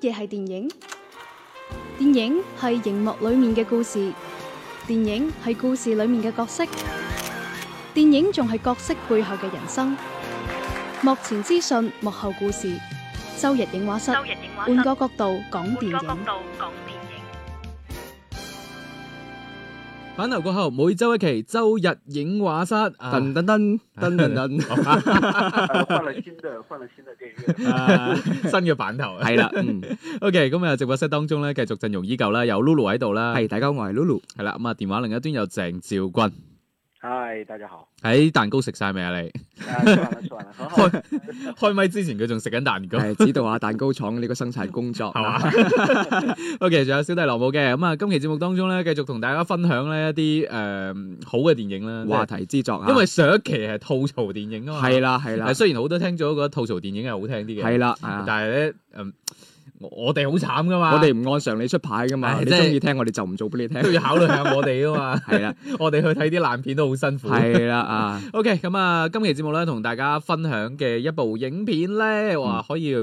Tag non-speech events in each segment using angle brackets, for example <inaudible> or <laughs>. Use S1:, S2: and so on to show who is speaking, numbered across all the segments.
S1: 嘢係電影？電影係熒幕裏面嘅故事，電影係故事裏面嘅角色，電影仲係角色背後嘅人生。幕前資訊，幕後故事。周日映畫室，
S2: 周日影畫室
S1: 換個角度講電
S2: 換個角
S1: 影。
S2: 度講電影。
S3: 反頭過後，每周一期，周日影畫室。啊
S4: 噔噔噔噔噔噔，
S5: 呃换了新的，换了新的电影
S3: <laughs>
S5: 院。<laughs>
S3: 啊新嘅版頭啊
S4: 係啦，嗯，
S3: <laughs> OK，咁啊，直播室當中咧，繼續陣容依舊啦，有 Lulu 喺度啦，
S4: 係大家好，我係 Lulu，
S3: 係啦，咁啊，電話另一端有鄭兆君。
S5: 嗨，大家好。
S3: 喺蛋糕食晒未啊？你
S5: 啊，吃完了，吃完了，很好。
S3: 開開咪之前佢仲食緊蛋糕。
S4: 係指導下蛋糕廠呢個生產工
S3: <laughs>
S4: 作，
S3: 係嘛 <laughs> ？OK，仲有小弟羅姆嘅咁啊！今期節目當中咧，繼續同大家分享咧一啲誒、呃好嘅電影啦。
S4: 話題之作啊，
S3: 因為上一期係吐槽電影啊
S4: <laughs>
S3: 嘛。
S4: 係啦係啦
S3: 係雖然好多聽咗覺得吐槽電影係好聽啲嘅，
S4: 係啦，
S3: 但
S4: 啊
S3: 係咧誒，我我哋好慘噶嘛，
S4: 我哋唔按常理出牌噶嘛，你
S3: 唉真係
S4: 中意聽我哋就唔做俾你聽，。
S3: 都 <laughs> 要考慮下我哋噶嘛
S4: 係啦
S3: 我哋去睇啲爛片都好辛苦。
S4: 係啦啊，
S3: OK，咁啊，今期節目咧同大家分享嘅一部影片咧，
S4: 嗯
S3: 哇，可以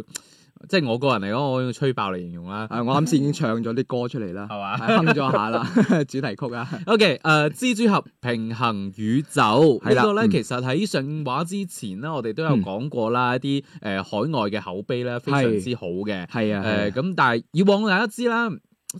S3: 即係我個人嚟講，我用吹爆嚟形容啦，
S4: 啊我啱先已經唱咗啲歌出嚟啦，
S3: 係嘛
S4: 啊哼咗下啦， <laughs> 主題曲啊，
S3: O.K. 誒、蜘蛛俠平衡宇宙
S4: 係
S3: 呢
S4: 啦
S3: 個咧，
S4: 嗯
S3: 其實喺上畫之前咧，我哋都有
S4: 嗯
S3: 講過啦，一啲誒、呃海外嘅口碑咧，非常之好嘅。
S4: 係啊
S3: 誒
S4: 係啊
S3: 咁，但係以往大家知啦，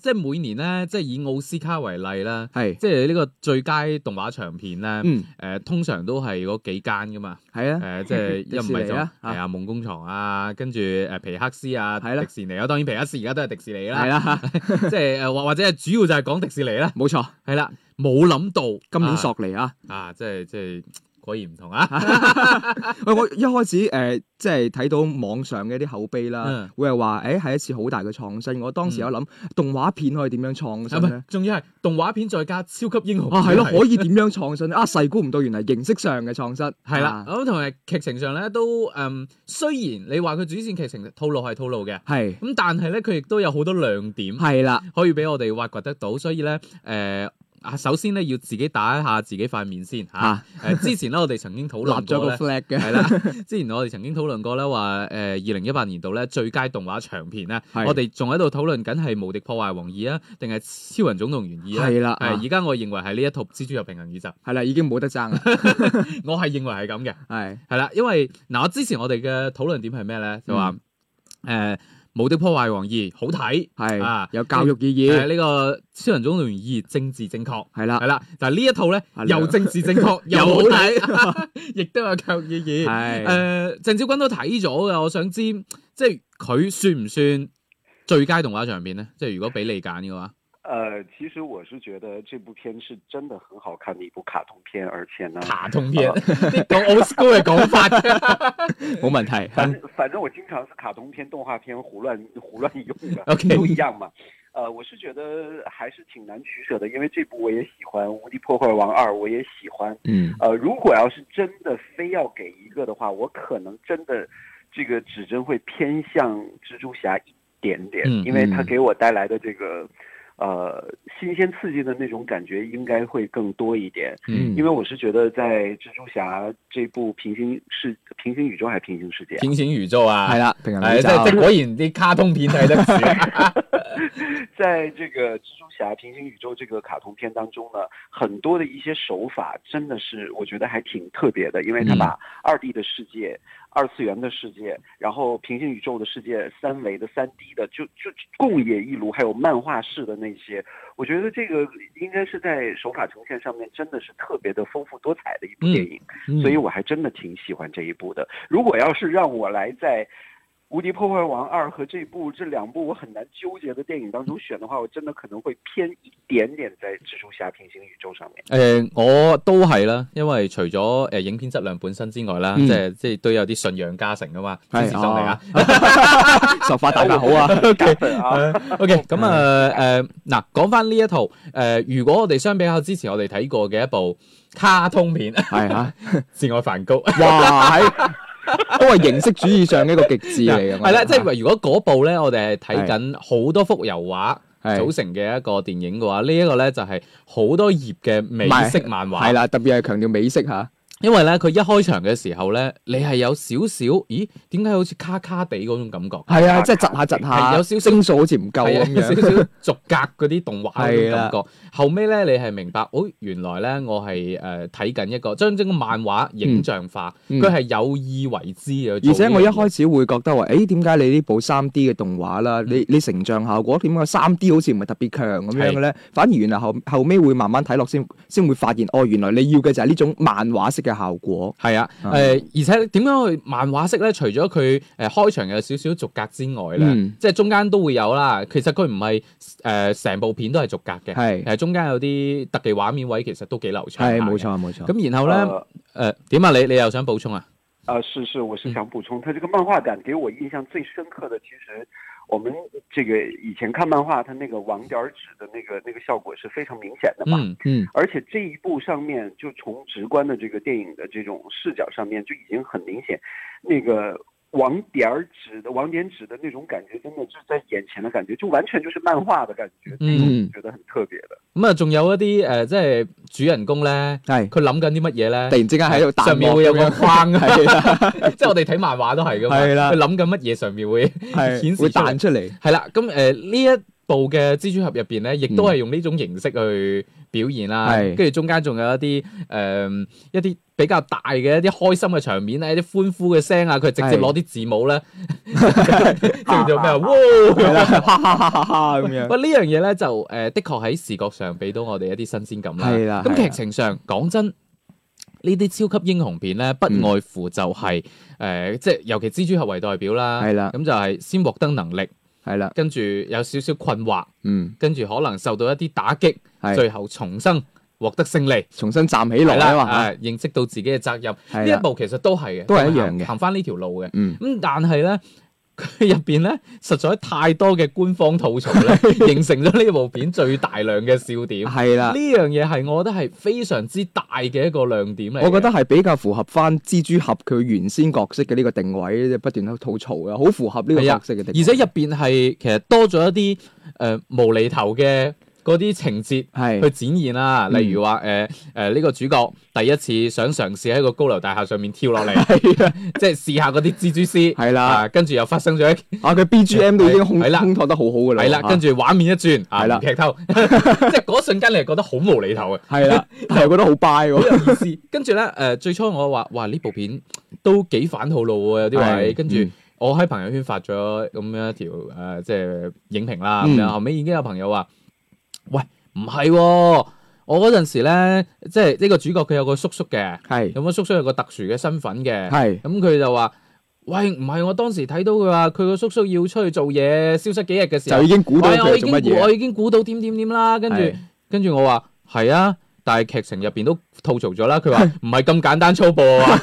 S3: 即係每年咧，即係以奧斯卡為例啦，
S4: 係，
S3: 即係呢個最佳動畫長片咧，誒、
S4: 嗯
S3: 通常都係嗰幾間噶嘛。
S4: 係
S3: 誒、
S4: 啊，
S3: 呃
S4: <laughs>
S3: 即係一
S4: 迪
S3: 唔
S4: 士
S3: 係
S4: 尼
S3: 就係
S4: 啦
S3: 啊夢工廠啊，跟住誒皮克斯啊，
S4: 係啦
S3: 迪士尼啊，當然皮克斯而家都係迪士尼
S4: 係啊
S3: 啦，
S4: 啦，
S3: 即係呃誒或或者係主要就係講迪士尼啦，
S4: 冇錯，
S3: 係啦，冇諗到
S4: 今年
S3: 啊
S4: 索尼啊。
S3: 啊，即係即係果然唔同啊！
S4: 喂，我一開始誒、呃即係睇到網上嘅一啲口碑啦
S3: 嗯，
S4: 會係話誒係一次好大嘅創新。我當時有諗、動畫片可以點樣創
S3: 啊
S4: 新
S3: 唔
S4: 咧
S3: 係？，仲要係動畫片再加超級英雄
S4: 啊，係咯，可
S3: 以
S4: 以點樣創新呢啊？細估唔到，原來形式上嘅創新
S3: 係
S4: 啊
S3: 啦。咁同埋劇情上咧都嗯，雖然你話佢主線劇情套路係套路嘅，
S4: 係
S3: 咁但係咧佢亦都有好多亮點
S4: 係啦，
S3: 可以俾我哋挖掘得到，所以咧誒。啊，首先咧要自己打一下自己塊面先嚇。誒、
S4: 啊
S3: 呃
S4: <laughs>
S3: 之前咧我哋曾經討
S4: 立
S3: 論
S4: 咗
S3: 過
S4: 個
S3: 咧，
S4: flag 嘅，
S3: 係啦。 <laughs> 之前我哋曾經討論過咧話誒，呃二零一八年度咧最佳動畫長片咧，
S4: 係
S3: 我哋仲喺度討論緊係《無敵破壞王二》啊，定係《超人總動員二》啊？
S4: 係啦，啊
S3: 係而家我認為係呢一套《蜘蛛俠平行宇宙》， <laughs>
S4: 係啦，已經冇得爭啦，
S3: 我係認為係咁嘅，
S4: 係
S3: 係啦，因為嗱，我之前我哋嘅討論點係咩咧？就話誒、
S4: 嗯
S3: 呃無敵破壞王二》好睇，
S4: 係
S3: 啊
S4: 有教育意
S3: 誒
S4: 義，
S3: 呢個《超人總動員二》政治正確。
S4: 係啦
S3: 係，啦，但係呢一套咧
S4: 啊
S3: 又
S4: 兩
S3: 政治
S4: <laughs>
S3: 正確又好睇， <laughs> 亦都有教育意義。誒、 <laughs>
S4: 係
S3: 鄭呃少君都睇咗噶，我想知即係佢算唔算最佳動畫長片咧？即係如果俾你揀嘅 <laughs> 話，
S5: 呃，其实我是觉得这部片是真的很好看的一部卡通片，而且呢，呃
S3: 卡通片， <laughs> 呢個 old school 嘅講法 <laughs> 啫。
S4: 冇問題，
S5: 反正反正我经常是卡通片、动画片胡乱胡乱用的
S3: <laughs> OK
S5: 都一样嘛。呃，我是觉得还是挺难取舍的，因为这部我也喜欢，《无敌破坏王二》我也喜欢，
S4: 嗯，
S5: 呃，如果要是真的非要给一个的话，我可能真的这个指针会偏向蜘蛛侠一点点，
S3: 嗯
S5: 因为它
S4: 嗯
S5: 给我带来的这个呃新鲜刺激的那种感觉应该会更多一点。
S4: 嗯
S5: 因为我是觉得在蜘蛛侠这部平行世平行宇宙还是平行世界啊，
S3: 天選宇宙啊，
S4: 係啦，平衡宇
S3: 係，
S4: 宙
S3: 即係即係果然啲卡通片睇得 <laughs> 少。
S5: <laughs> 在这个蜘蛛侠平行宇宙这个卡通片当中呢，很多的一些手法真的是我觉得还挺特别的，因为它把二 D 的世界、二次元的世界，然后平行宇宙的世界、三维的、三 D 的，就就共冶一炉，还有漫画式的那些，我觉得这个应该是在手法呈现上面真的是特别的丰富多彩的一部电影。
S3: 嗯
S5: 所以我还真的挺喜欢这一部的。如果要是让我来在《无敌破坏王二》和这部这两部我很难纠结的电影当中选的话，我真的可能会偏一点点在蜘蛛侠平行宇宙上面。
S3: 誒、我都係啦，因為除咗誒、影片質量本身之外啦，
S4: 嗯
S3: 即係即係都有啲信仰加成噶嘛，支
S4: 係
S3: 持上嚟啊
S4: 啊。， <laughs> 十發大家好啊，
S5: 加分
S3: 哦
S5: 啊！
S3: O K，咁啊誒嗱，講翻呢一套誒、如果我哋相比較之前我哋睇過嘅一部卡通片《
S4: 係啊嚇。
S3: 自愛梵高》，
S4: 哇，喺都係形式主義上嘅一個極致嚟嘅，
S3: 係啦，即
S4: 係
S3: 係如果嗰部咧，我哋係睇緊好多幅油畫組
S4: 係
S3: 成嘅一個電影嘅話，呢一個咧就係好多頁嘅美式漫畫，
S4: 係啦，特別係強調美式嚇，
S3: 因為咧佢一開場嘅時候咧，你係有少少，咦？點解好似卡卡地嗰種感覺？
S4: 係啊，即係窒下窒下，
S3: 係有少少
S4: 星數好似唔夠
S3: 係啊
S4: 咁
S3: 有少
S4: <laughs> 樣。
S3: 少逐格嗰啲動畫嗰
S4: 係
S3: 種感
S4: 啦
S3: 覺。後尾咧，你係明白，哦，原來咧我係誒睇緊一個將整個漫畫影像化，
S4: 嗯
S3: 佢係有意為之嘅。
S4: 而且我一
S3: 開
S4: 開始會覺得話，誒點解你呢部三 D 嘅動畫
S3: 嗯
S4: 啦，你你成像效果點解三 D 好似唔係特別強咁樣嘅咧？反而原來後後尾會慢慢睇落先先會發現，哦原來你要嘅就係呢種漫畫式嘅效果。
S3: 係啊，誒、
S4: 啊
S3: 而且點樣去漫畫式咧？除咗佢誒開場有少少逐格之外咧，
S4: 嗯
S3: 即係中間都會有啦。其實佢唔係誒成部片都係逐格嘅，
S4: 係
S3: 誒中間有啲特技畫面位其實都幾流暢。
S4: 係冇。錯冇錯。
S3: 咁然後咧
S5: 呃
S3: 誒點啊？你你又想補充啊？
S5: 呃，是是，我是想补充，它这个漫画感给我印象最深刻的，其实我们这个以前看漫画，它那个网点儿纸的那个那个效果是非常明显的嘛。
S3: 嗯
S4: 嗯
S5: 而且这一部上面，就从直观的这个电影的这种视角上面，就已经很明显，那个网点儿纸的网点纸的那种感觉，真的就在眼前的感觉，就完全就是漫画的感觉，
S3: 嗯，
S4: 嗯
S5: 觉得很特别的。
S3: 咁啊，仲有一啲誒、即係主人公咧，
S4: 係。
S3: 佢諗緊啲乜嘢咧
S4: 突？然之間喺度彈
S3: 上面
S4: 幕
S3: 會有
S4: 咁
S3: 個
S4: 樣
S3: 框啊，
S4: 係啦
S3: <laughs> 即係我哋睇漫畫都係噶嘛。
S4: 係啦
S3: 佢諗緊乜嘢上面會
S4: 係
S3: 顯示
S4: 會
S3: 出嚟
S4: 彈出嚟。
S3: 係啦，咁誒呢一部嘅蜘蛛俠入邊咧，亦都係用呢種形式去表現啦。
S4: 嗯係
S3: 跟住中間仲有一啲誒、呃一啲比較大嘅一啲開心嘅場面啊，一啲歡呼嘅聲啊，佢直接
S4: 係
S3: 攞啲字
S4: <laughs>
S3: 母咧叫做咩啊？哇！
S4: 係啦，哈哈哈哈哈咁樣。
S3: 喂，呢樣嘢咧就誒、的確喺視覺上俾到我哋一啲新鮮感啦。
S4: 係啦
S3: 咁
S4: 係啦
S3: 劇情上講真。呢啲超級英雄片咧，不
S4: 嗯
S3: 外乎就係、呃即係尤其蜘蛛俠為代表啦，
S4: 係啦
S3: 咁就係先獲得能力，
S4: 係啦，
S3: 跟住有少少困惑，
S4: 嗯，
S3: 跟住可能受到一啲打擊，
S4: 係
S3: 最後重生，獲得勝利，
S4: 重新站起來
S3: 係
S4: 啦
S3: 啦，
S4: 嘛。
S3: 啊認識到自己嘅責任。
S4: 係
S3: 呢
S4: 啦
S3: 一步其實都係嘅，
S4: 都係一
S3: 行
S4: 樣嘅
S3: 行翻呢條路嘅。
S4: 嗯，
S3: 咁但係咧，佢入邊咧實在太多嘅官方吐槽
S4: <laughs>
S3: 咧，形成咗呢部片最大量嘅笑點。
S4: 係啊啦
S3: 嗯呢。樣嘢係我覺得係非常之大嘅一個亮點嚟嘅。
S4: 我覺得係比較符合翻蜘蛛俠佢原先角色嘅呢個定位，即係不斷喺度吐槽嘅，好符合呢個角色嘅定
S3: 啊而
S4: 位。
S3: 且入邊係其實多咗一啲誒、呃、無厘頭嘅嗰啲情節。去
S4: 係
S3: 展現啦，
S4: 嗯
S3: 例如話誒誒呢個主角第一次想嘗試喺個高樓大廈上面
S4: <laughs>
S3: 跳落嚟，即係試下嗰啲蜘蛛絲，
S4: 係啦
S3: 啊跟住又發生咗一
S4: <laughs> 啊，佢 BGM 都已經控
S3: 係啦
S4: 烘托得好好㗎啦。
S3: 係啦，跟住畫面一轉，啊
S4: 係啦
S3: 唔
S4: <laughs>
S3: 劇透，即係嗰瞬間你係覺得好無厘頭嘅，
S4: 係啦，
S3: <laughs>
S4: 但係我覺得好 buy
S3: 好 <laughs>
S4: 喎。
S3: 有意思。跟住咧誒，最初我話哇呢部片都幾反套路喎，有啲位，
S4: 係
S3: 跟住
S4: 嗯。
S3: 我喺朋友圈發咗咁樣一條誒、呃即係影評啦。咁
S4: 嗯
S3: 樣、後尾已經有朋友話：，喂，唔係喎，我嗰陣時咧，即係呢個主角佢有個叔叔嘅，
S4: 係
S3: 咁個啊叔叔有個特殊嘅身份嘅，
S4: 係
S3: 咁佢就話：，喂，唔係我當時睇到佢話佢個叔叔要出去做嘢，消失幾日嘅時候
S4: 就，已經估到
S3: 喂我
S4: 佢
S3: 已
S4: 做
S3: 經
S4: 乜
S3: 估我
S4: 嘢。啊
S3: 已經估到點點點啦，跟住
S4: 係
S3: 跟住我話係啊，但係劇情入邊都吐槽咗啦，佢話唔係咁簡單粗暴啊，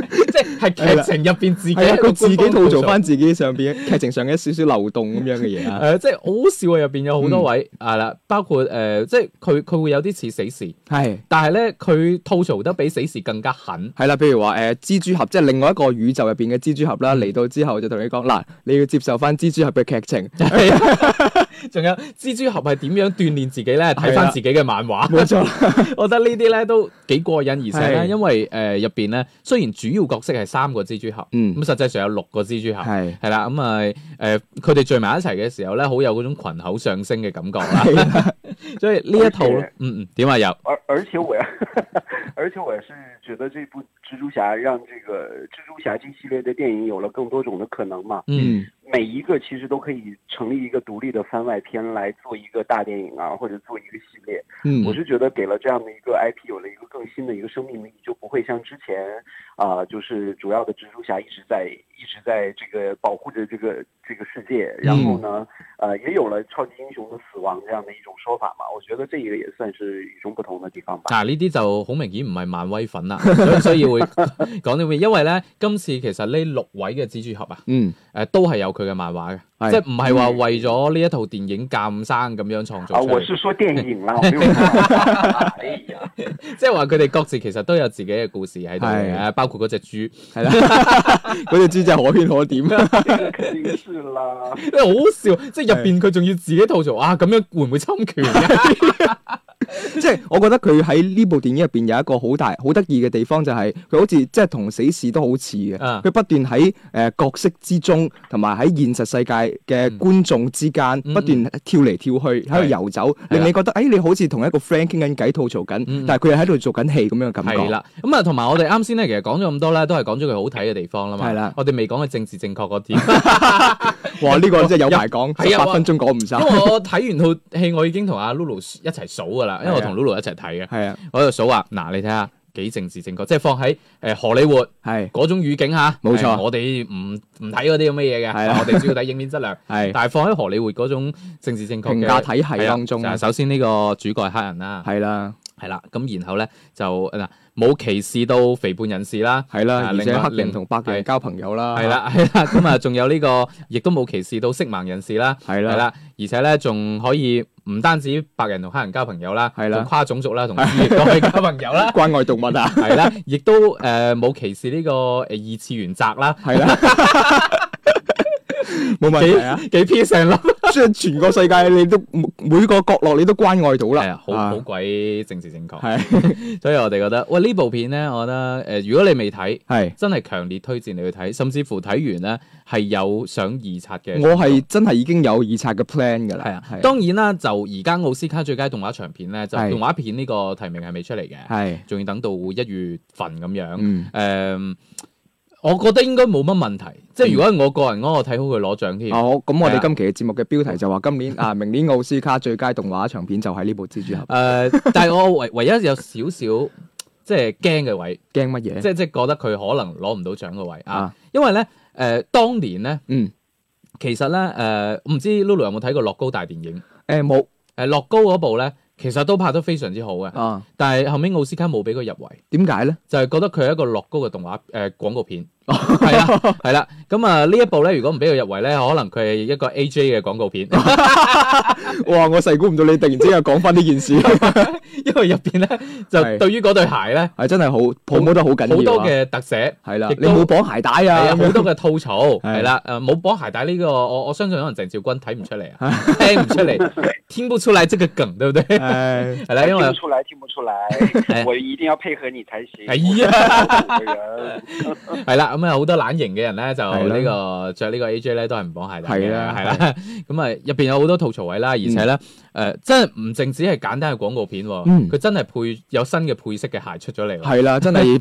S4: <laughs>
S3: 即係係
S4: 係
S3: 劇
S4: 啦
S3: 情入邊自己
S4: 係啊，
S3: 一個
S4: 佢自己
S3: 官方
S4: 吐槽翻自己上邊劇情上嘅少少漏洞咁樣嘅嘢
S3: <laughs>
S4: 啊。
S3: 誒，即係好好笑啊！入邊有好
S4: 嗯
S3: 多位係啦，包括誒，即係佢佢會有啲似死侍，
S4: 係
S3: 但係咧佢吐槽得比死侍更加狠。
S4: 係啦，譬如話誒蜘蛛俠，即係另外一個宇宙入邊嘅蜘蛛俠啦，嚟到之後就同你講嗱，你要接受翻蜘蛛俠嘅劇情，
S3: 係啊， <laughs> 仲有蜘蛛俠係點樣鍛鍊自己咧？睇
S4: 係啦
S3: 翻自己嘅漫畫。
S4: 冇錯啦。
S3: 我覺得呢啲咧都幾過癮，而且咧，
S4: 係
S3: 因為呃誒入邊咧，雖然主要角色係三個蜘蛛俠，
S4: 嗯
S3: 咁實際上有六個蜘蛛俠，
S4: 係
S3: 係啦，咁啊誒，呃佢哋聚埋一齊嘅時候咧，好有嗰種群口上升嘅感
S4: <laughs>
S3: 覺啦。
S4: 係啦
S3: 所以呢一套
S5: 而
S3: 咧
S5: 且，
S3: 嗯嗯，點啊又
S5: 而而且我也， <laughs> 而且我也是觉得这部蜘蛛侠让这个蜘蛛侠这系列的电影有了更多种的可能嘛。
S4: <laughs>
S3: 嗯，
S5: 每一个其实都可以成立一个独立的番外篇来做一个大电影啊，或者做一个系列。
S4: 嗯
S5: 我是觉得给了这样的一个 IP 有了一个更新的一个生命力，就不会像之前啊、就是主要的蜘蛛侠一直在一直在这个保护着这个这个世界，然后呢，呃，也有了超级英雄的死亡这样的一种说法嘛。我觉得这个也算是与众不同的地方吧。
S3: 嗱呢啲就好明顯唔係漫威粉啦，所以所以會講呢啲，因為咧今次其實呢六位嘅蜘蛛俠啊。
S4: 嗯
S3: 誒都係有佢嘅漫畫嘅，
S4: 係嗯
S3: 即係唔係話為咗呢一套電影鑑生咁樣創
S5: 啊，
S3: 造出
S5: 我
S3: 嚟，
S5: 是说电影啦，我没有看。 <laughs> 哎呀，
S3: 即係話佢哋各自其實都有自己嘅故事喺度嘅，啊
S4: 係
S3: 包括嗰只豬。
S4: 係啦， <laughs> 嗰只豬真係可圈可點啊！
S5: 这个肯定是啦。
S3: 哎
S4: <laughs>
S3: 因為好好笑，即係入邊佢仲要自己吐槽啊，咁樣會唔會侵權嘅？
S4: 即係我覺得佢喺呢部電影入邊有一個好大好得意嘅地方，就係佢好似即係同死侍都好似嘅，
S3: 啊
S4: 佢不斷喺誒角色之中，同埋喺現實世界嘅觀眾之間
S3: 嗯
S4: 不斷跳嚟跳去，喺度
S3: 係
S4: 遊走，
S3: 係
S4: 令
S3: 啦
S4: 你覺得哎誒你好似同一個 friend 傾緊偈吐槽緊
S3: 嗯，
S4: 但係佢係喺度做緊戲咁樣嘅感
S3: 係
S4: 覺。
S3: 啦，咁啊，同埋我哋啱先咧，其實講咗咁多咧，都係講咗佢好睇嘅地方啦嘛。
S4: 係啦
S3: 我哋未講佢政治正確嗰啲，
S4: <laughs>
S3: <laughs>
S4: 哇！呢個真係有排
S3: 係啊
S4: 講，十八
S3: 哇
S4: 分鐘講唔晒。
S3: 因為我睇完套戲，我已經同阿 Lulu 一齊數噶啦，因為我同 Lulu 一齊睇嘅，
S4: 係啊，
S3: 我喺度數啊，嗱，你睇下幾政治正確，即係放喺呃誒荷里活
S4: 係
S3: 嗰種語境嚇，
S4: 冇錯
S3: 係我哋唔唔睇嗰啲咁嘅嘢嘅，
S4: 係啦
S3: <laughs> 我哋主要睇影片質量，
S4: 係
S3: 但係放喺荷里活嗰種政治正確
S4: 評
S3: 嘅
S4: 價體系
S3: 係啦
S4: 當中
S3: 就係
S4: 啊
S3: 首先呢個主角係黑人啦，
S4: 係啦，
S3: 係啦，咁然後咧就嗱冇歧視到肥胖人士啦，
S4: 係啦，
S3: 啊
S4: 而且
S3: 另外
S4: 黑人同白
S3: 係
S4: 人交朋友啦，
S3: 係，啦 <laughs> 係啦，咁啊仲有呢個亦都冇歧視到色盲人士啦。
S4: 係
S3: 係
S4: 啦，
S3: 啦，而且咧仲可以唔單止白人同黑人交朋友啦，
S4: 係啦，
S3: 仲跨種族啦，同亦都可以交朋友啦
S4: <laughs> 關愛動物啊，
S3: 係啦，亦都誒冇歧視呢個呃誒二次元宅啦，
S4: 係
S3: <laughs>
S4: 啦，冇問題啊。
S3: 幾幾 P 成粒，
S4: 即係全個世界你都每個角落你都關愛到
S3: 係
S4: 啦
S3: 啊，，好好鬼政治正確，
S4: 係
S3: 所以我哋覺得，喂呢部片咧，我覺得誒如果你未睇。
S4: 係。
S3: 真 <laughs> 係強烈推薦你去睇，甚至乎睇完咧係有想二刷嘅。
S4: 我係真係已經有二刷嘅 plan 㗎啦，
S3: 係啊，
S4: 當
S3: 當然啦，就而家奧斯卡最佳動畫長片咧，就
S4: 係
S3: 動畫片呢個提名係未出嚟嘅，
S4: 係
S3: 仲要等到一月份咁樣。
S4: 嗯
S3: 誒、我覺得應該冇乜問題。即係如果係我個人安，我睇好佢攞獎添。
S4: 好咁，我
S3: 係啊
S4: 哋今期嘅節目嘅標題就話今
S3: <laughs>
S4: 年啊，明年奧斯卡最佳動畫長片就係呢部蜘蛛俠，
S3: 誒、呃但係我唯唯一有少少即係驚嘅位，
S4: 驚乜嘢
S3: 即？係即係覺得佢可能攞唔到獎嘅位啊。
S4: 啊
S3: 因為咧，誒、呃當年咧，
S4: 嗯，
S3: 其實咧，誒、唔知 Lulu 有冇睇過樂高大電影？誒、呃
S4: 誒冇
S3: 樂高嗰部咧，其實都拍得非常之好嘅，
S4: 啊？
S3: 但係後尾奧斯卡冇俾佢入圍。
S4: 點解咧？
S3: 就係覺得佢係一個樂高嘅動畫誒、呃、廣
S4: <laughs>
S3: 告片，係啦係啦，咁啊呢一部咧，如果唔俾佢入圍咧，可能佢係一個 AJ 嘅廣告
S4: <laughs>
S3: 片。
S4: 哇！我細估唔到你突然之間講翻呢
S3: <laughs>
S4: 件事，
S3: 因為入邊咧就
S4: 係
S3: 對於嗰對鞋咧
S4: 係真係好抱摸得好緊
S3: 好
S4: 要
S3: 多
S4: 啊！
S3: 嘅特寫，
S4: 係啦，
S3: 亦
S4: 你
S3: 都
S4: 冇綁鞋帶
S3: 係
S4: 啊
S3: 啊
S4: 咁
S3: <laughs> 好
S4: 樣？
S3: 多嘅吐槽，
S4: <laughs> 係
S3: 係啦，誒冇綁鞋帶呢個，我我相信可能鄭少君睇唔出嚟
S4: <laughs>
S3: 啊，聽唔出嚟，聽不出嚟這個梗，對唔對？係
S4: 誒
S3: 啦，因
S5: 听不
S3: 為
S5: 出来，听不出来
S3: <laughs> 哎，
S5: 我一定要配合你才行。
S3: 哎呀，
S5: 我是个人，
S3: 係啦，咁啊好多懶型嘅人咧就
S4: 係啦
S3: 呢個着呢個 AJ 咧都係唔綁鞋帶嘅，
S4: 係啦
S3: 係啦，咁啊入邊有好多吐槽位啦，而且咧誒真係唔淨止係簡單嘅廣告片喎，
S4: 嗯
S3: 佢真係配有新嘅配色嘅鞋出咗嚟喎。
S4: 係啦，真
S3: <laughs>
S4: 係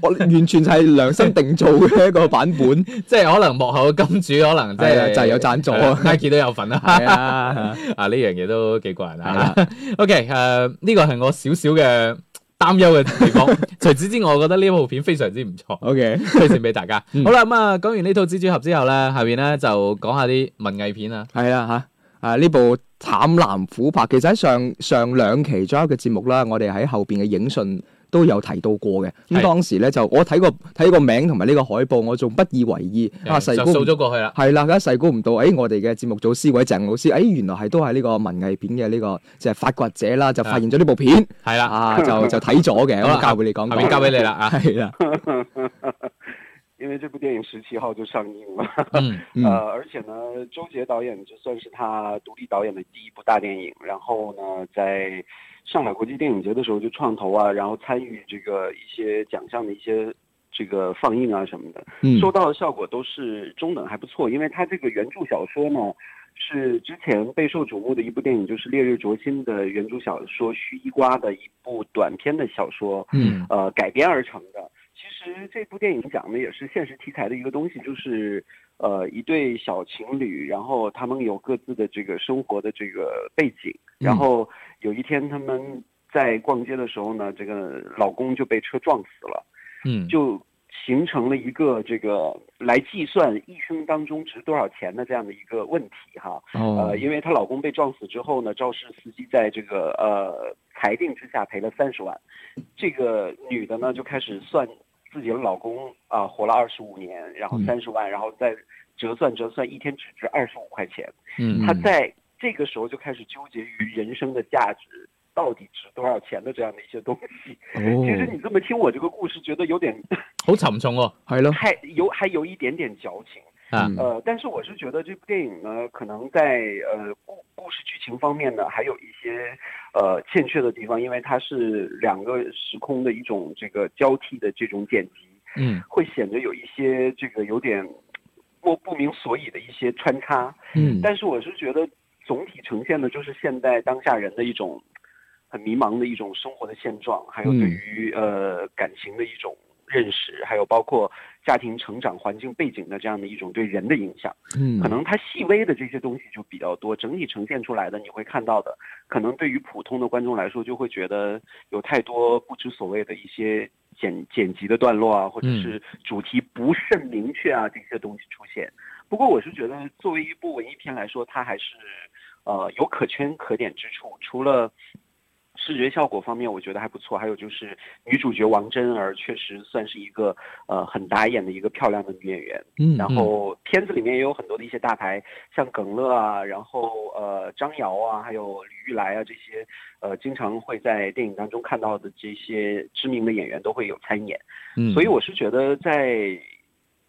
S4: 我完全就係量身定做嘅一個版
S3: <laughs>
S4: 本。
S3: 即係可能幕後嘅金主，可能即
S4: 係啦
S3: <laughs> 係
S4: 就係有贊助啊
S3: ，Nike 都有份啦。
S4: 係啊，
S3: <laughs> 啊呢樣嘢都幾過人
S4: 係
S3: 啊
S4: 啦。
S3: OK，誒呢個係我少少嘅擔憂嘅地方。除此之外，我覺得呢部片非常之唔錯，
S4: OK，
S3: 推薦俾大家。
S4: 嗯
S3: 好啦，咁啊講完呢套蜘蛛俠之後咧，下邊咧就講下啲文藝片啊。
S4: 係啦吓。啊！呢部《淡藍琥珀》其實喺上上兩期左右嘅節目啦，我哋喺後邊嘅影訊都有提到過嘅。
S3: 係
S4: 咁當時咧就我睇過睇個名同埋呢個海報，我仲不以為意。啊，
S3: 就
S4: 細
S3: 掃
S4: 估
S3: 咗過去啦。
S4: 係啦，而家細估唔到，誒、我哋嘅節目組師位鄭老師，誒、原來係都係呢個文藝片嘅呢、個就係、發掘者啦，就發現咗呢部片
S3: 係啦，
S4: 啊，就就睇咗
S3: <laughs>
S4: 嘅，
S3: 好啦
S4: 咁交俾你講
S3: 下邊
S4: 講。
S3: 交俾你啦啊。
S4: 係啦，
S5: 因为这部电影十七号就上映了。
S3: 嗯，
S4: 嗯
S5: 呃，而且呢，周杰导演这算是他独立导演的第一部大电影。然后呢，在上海国际电影节的时候就创投啊，然后参与这个一些奖项的一些这个放映啊什么的，
S4: 嗯
S5: 收到的效果都是中等还不错。因为他这个原著小说呢，是之前备受瞩目的一部电影，就是《烈日灼心》的原著小说《须伊瓜》的一部短篇的小说。
S4: 嗯
S5: 呃改编而成的。其实这部电影讲的也是现实题材的一个东西，就是呃一对小情侣，然后他们有各自的这个生活的这个背景，然后有一天他们在逛街的时候呢，这个老公就被车撞死了，
S3: 嗯，
S5: 就形成了一个这个来计算一生当中值多少钱的这样的一个问题哈。
S4: 哦
S5: 呃，，因为她老公被撞死之后呢，肇事司机在这个呃裁定之下赔了三十万，这个女的呢就开始算自己的老公啊、活了二十五年，然后
S4: 嗯
S5: 三十万，然后再折算折算，一天只值二十五块钱。
S3: 嗯
S5: 她
S4: 嗯
S5: 在这个时候就开始纠结于人生的价值到底值多少钱的这样的一些东西。
S3: 嗯
S4: 哦
S5: 其实你这么听我这个故事，觉得有点
S3: 好沉重喎。
S4: 係咯，
S5: 太有还有一点点矫情。
S3: 啊
S4: 嗯
S5: 呃，但是我是觉得这部电影呢，可能在呃故故事剧情方面呢，还有一些呃欠缺的地方，因为它是两个时空的一种这个交替的这种剪辑，
S3: 嗯
S5: 会显得有一些这个有点莫不明所以的一些穿插。
S3: 嗯
S5: 但是我是觉得总体呈现的就是现代当下人的一种很迷茫的一种生活的现状，还有对于、呃感情的一种认识，还有包括家庭成长环境背景的这样的一种对人的影响。
S4: 嗯
S5: 可能它细微的这些东西就比较多，整体呈现出来的你会看到的，可能对于普通的观众来说，就会觉得有太多不知所谓的一些剪剪辑的段落啊，或者
S3: 嗯
S5: 是主题不甚明确啊这些东西出现。不过我是觉得，作为一部文艺片来说，它还是呃有可圈可点之处，除了。视觉效果方面，我觉得还不错。还有就是女主角王真儿，确实算是一个呃很打眼的一个漂亮的女演员。
S4: 嗯
S5: 然后片子里面也有很多的一些大牌，像耿乐啊，然后呃张瑶啊，还有李玉来啊这些，呃经常会在电影当中看到的这些知名的演员都会有参演。
S3: 嗯，
S5: 所以我是觉得在。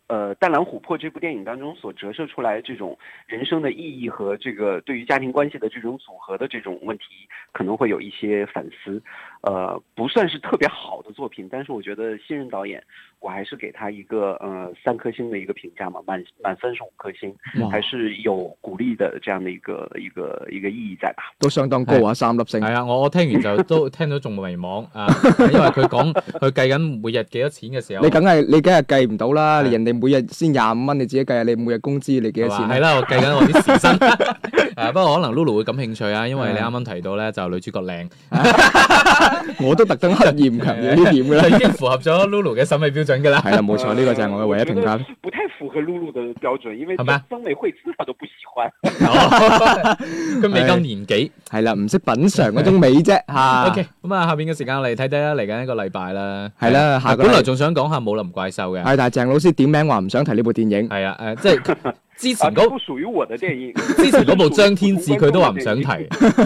S5: 呃，《淡蓝琥珀》这部电影当中所折射出来这种人生的意义和这个对于家庭关系的这种组合的这种问题，可能会有一些反思。呃，不算是特别好的作品，但是我觉得新人导演，我还是给他一个呃三颗星的一个评价嘛，满满分是五颗星，
S3: 哦
S4: 哇
S5: 还是有鼓励的这样的一个一个一个意义在吧？
S4: 都相當高啊，三粒星
S3: 系。啊，我我听完就都聽到仲迷茫啊，因為佢講佢計緊每日幾多錢嘅時候，
S4: 你梗係你梗係計唔到啦，
S3: 係
S4: 人哋每日先廿五蚊，你自己計下你每日工資你幾多啊
S3: 係
S4: 錢
S3: 嘛係
S4: 啦。
S3: 啦，我計緊我啲時薪。
S4: <laughs>
S3: <laughs> 誒，不過可能 Lulu 會感興趣啊，因為你啱啱提到咧就女主角靚，
S4: <laughs> 我都特登刻意唔強 <laughs> 調呢點㗎啦。
S3: 就已經符合咗 Lulu 嘅審美標準㗎啦。
S4: 啊係啊
S3: <laughs>
S4: 啦，冇錯，呢個就係我嘅唯一評價。，
S5: 不太符合露露的标准，因为
S3: 好吧
S5: 曾美惠子她都不喜欢。
S4: <laughs>
S3: 佢未夠年紀。
S4: 係啦，唔識品嚐嗰種美啫嚇。
S3: OK，咁啊，下邊嘅時間我嚟睇睇啦，嚟緊一個禮拜啦。啊
S4: 係啦下個禮
S3: 本來仲想講下《武林怪獸》嘅，
S4: 係，但係鄭老師點名話唔想提呢部電影。
S3: 係啊，誒，即係
S4: <laughs>
S3: 之
S5: 啊，
S3: 前
S5: 这
S3: 嗰
S5: 不属于我的电影。
S3: 之前嗰部張天志佢都話唔想
S5: <laughs>
S3: 提，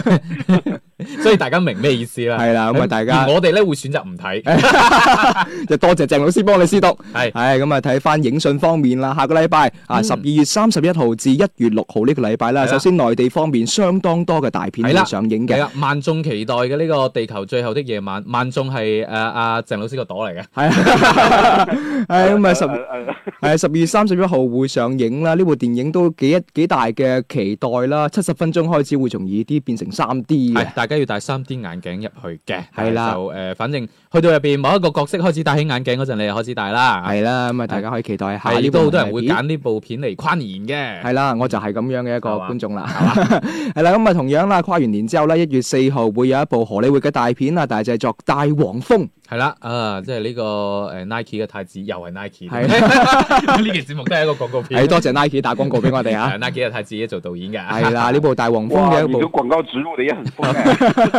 S4: <laughs>
S3: <laughs> 所以大家明咩意思啦？
S4: 係啦，咁啊大家
S3: 而我哋咧會選擇
S4: <laughs>
S3: 唔睇。
S4: 就多謝鄭老師幫你私讀。
S3: 係
S4: 係咁啊，睇翻影訊方面啦，下個禮拜啊，
S3: 嗯
S4: À, 十二月三十一號至一月六號呢個禮拜啦。
S3: 係啦
S4: 首先內地方面相當多嘅大片
S3: 係啦
S4: 會上映
S3: 係
S4: 嘅，
S3: 啦，萬眾期待嘅呢個《地球最後的夜晚》，萬眾係誒呃阿鄭老師個朵嚟嘅， <laughs>
S4: 係啊，係咁啊十。
S5: 呃呃
S4: 系啊十二月三十一號會上映啦，呢部電影都幾一幾大嘅期待啦。七十分鐘開始會從二 D 變成三 D 嘅
S3: 係，大家要戴三 D 眼鏡入去嘅，
S4: 係啦
S3: 就誒、呃反正去到入邊某一個角色開始戴起眼鏡嗰陣，你就開始戴啦。
S4: 係啦，咁啊大家可以期待下
S3: 係，
S4: 呢
S3: 亦
S4: 部
S3: 都好多人會
S4: 文藝片
S3: 揀呢部片嚟跨年嘅。
S4: 係啦，我就係咁樣嘅一個
S3: 係嘛
S4: 觀眾啦， <laughs> 係啦，咁啊同樣啦，跨完年之後咧，一月四號會有一部荷里活嘅大片啦，大製作《大黃
S3: <laughs>
S4: 蜂
S3: 係啦，啊，即係呢個誒 Nike 嘅太子又係 Nike，
S4: 係
S3: <laughs> 呢期節目都係一個廣告》，片
S4: 係。多謝 Nike 打廣告俾我哋啊
S3: <laughs> 係！Nike 嘅太子做導演嘅，
S4: 係
S3: <laughs>
S4: 啦，呢部《大黃蜂》
S5: 哇，
S4: 嘅一
S5: 你的
S4: 部
S5: 广告植入的也很丰满。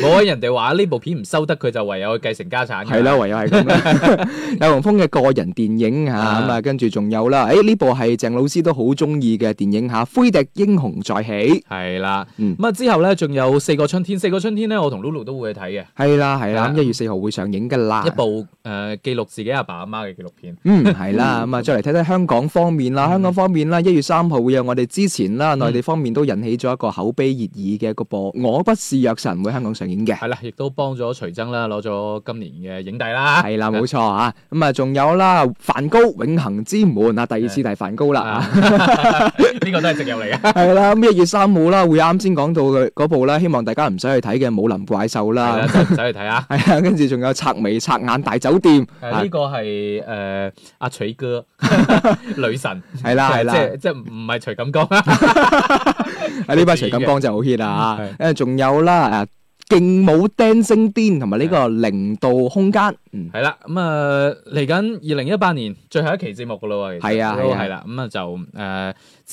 S3: 冇啊！人哋話呢部片唔收得，佢就唯有去繼承家產㗎。
S4: 係啦，唯有係咁 <laughs> 啦。大黃蜂嘅個人電影嚇，
S3: 啊
S4: 咁啊跟住仲有啦，誒呢部係鄭老師都好中意嘅電影嚇，《灰敵英雄再起》。
S3: 係啦，
S4: 嗯
S3: 咁啊之後咧，仲有四個春天，四個春天咧，我同 Lulu 都會去睇嘅，
S4: 係啦係啦，
S3: 係啦
S4: 咁一月四號會上映㗎啦
S3: 一。部誒記錄自己阿爸阿媽嘅紀錄片。
S4: 嗯，係啦，咁啊，再嚟睇睇香港方面啦。香港方面啦，一月三號會有我哋之前啦，內地方面都引起咗一個口碑熱議嘅一個播《我不是藥神》會香港上映嘅。
S3: 係啦，亦都幫咗徐崢啦，攞咗今年嘅影帝啦。
S4: 係啦，冇錯啊。咁啊，仲有啦，《梵高永恆之門》啊，第二次提梵高啦啊 <laughs>
S3: 啊，呢個都係直入嚟嘅。
S4: 系啦，咁一月三號啦，會啱先講到嘅嗰部啦，希望大家唔使去睇嘅《武林怪獸》
S3: 係啦，
S4: 啦，
S3: 真係唔使去睇啊！
S4: 係啊，跟住仲有《拆眉拆眼大酒店》，
S3: 誒呢個係誒阿徐哥
S4: <laughs>
S3: 女神，
S4: 係啦係啦
S3: 即，係即係唔係徐錦江啊？
S4: 啊呢把徐錦江就好 hit 啦
S3: 係
S4: 嚇，誒仲有啦誒勁舞 Dancing Dean 同埋呢個零度空間，嗯
S3: 係啦，咁啊嚟緊二零一八年最後一期節目噶咯喎，其實
S4: 係啊
S3: 都
S4: 係啊
S3: 係啦，咁啊就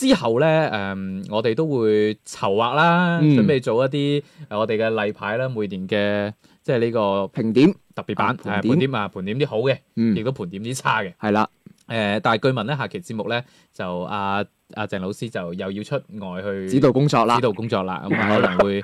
S3: 誒之後咧誒，我哋都會籌劃啦，
S4: 嗯
S3: 準備做一啲誒我哋嘅例牌啦，每年嘅即係呢個
S4: 評點，
S3: 特別版
S4: 啊盤
S3: 誒
S4: 點
S3: 盤點啊，盤點啲好嘅，亦
S4: 嗯
S3: 都盤點啲差嘅。呃
S4: 係啦，
S3: 誒、但係據聞咧，下期節目咧就阿誒、阿鄭老師就又要出外去
S4: 指導工作啦嗯
S3: 指。導工作啦，咁啊可能會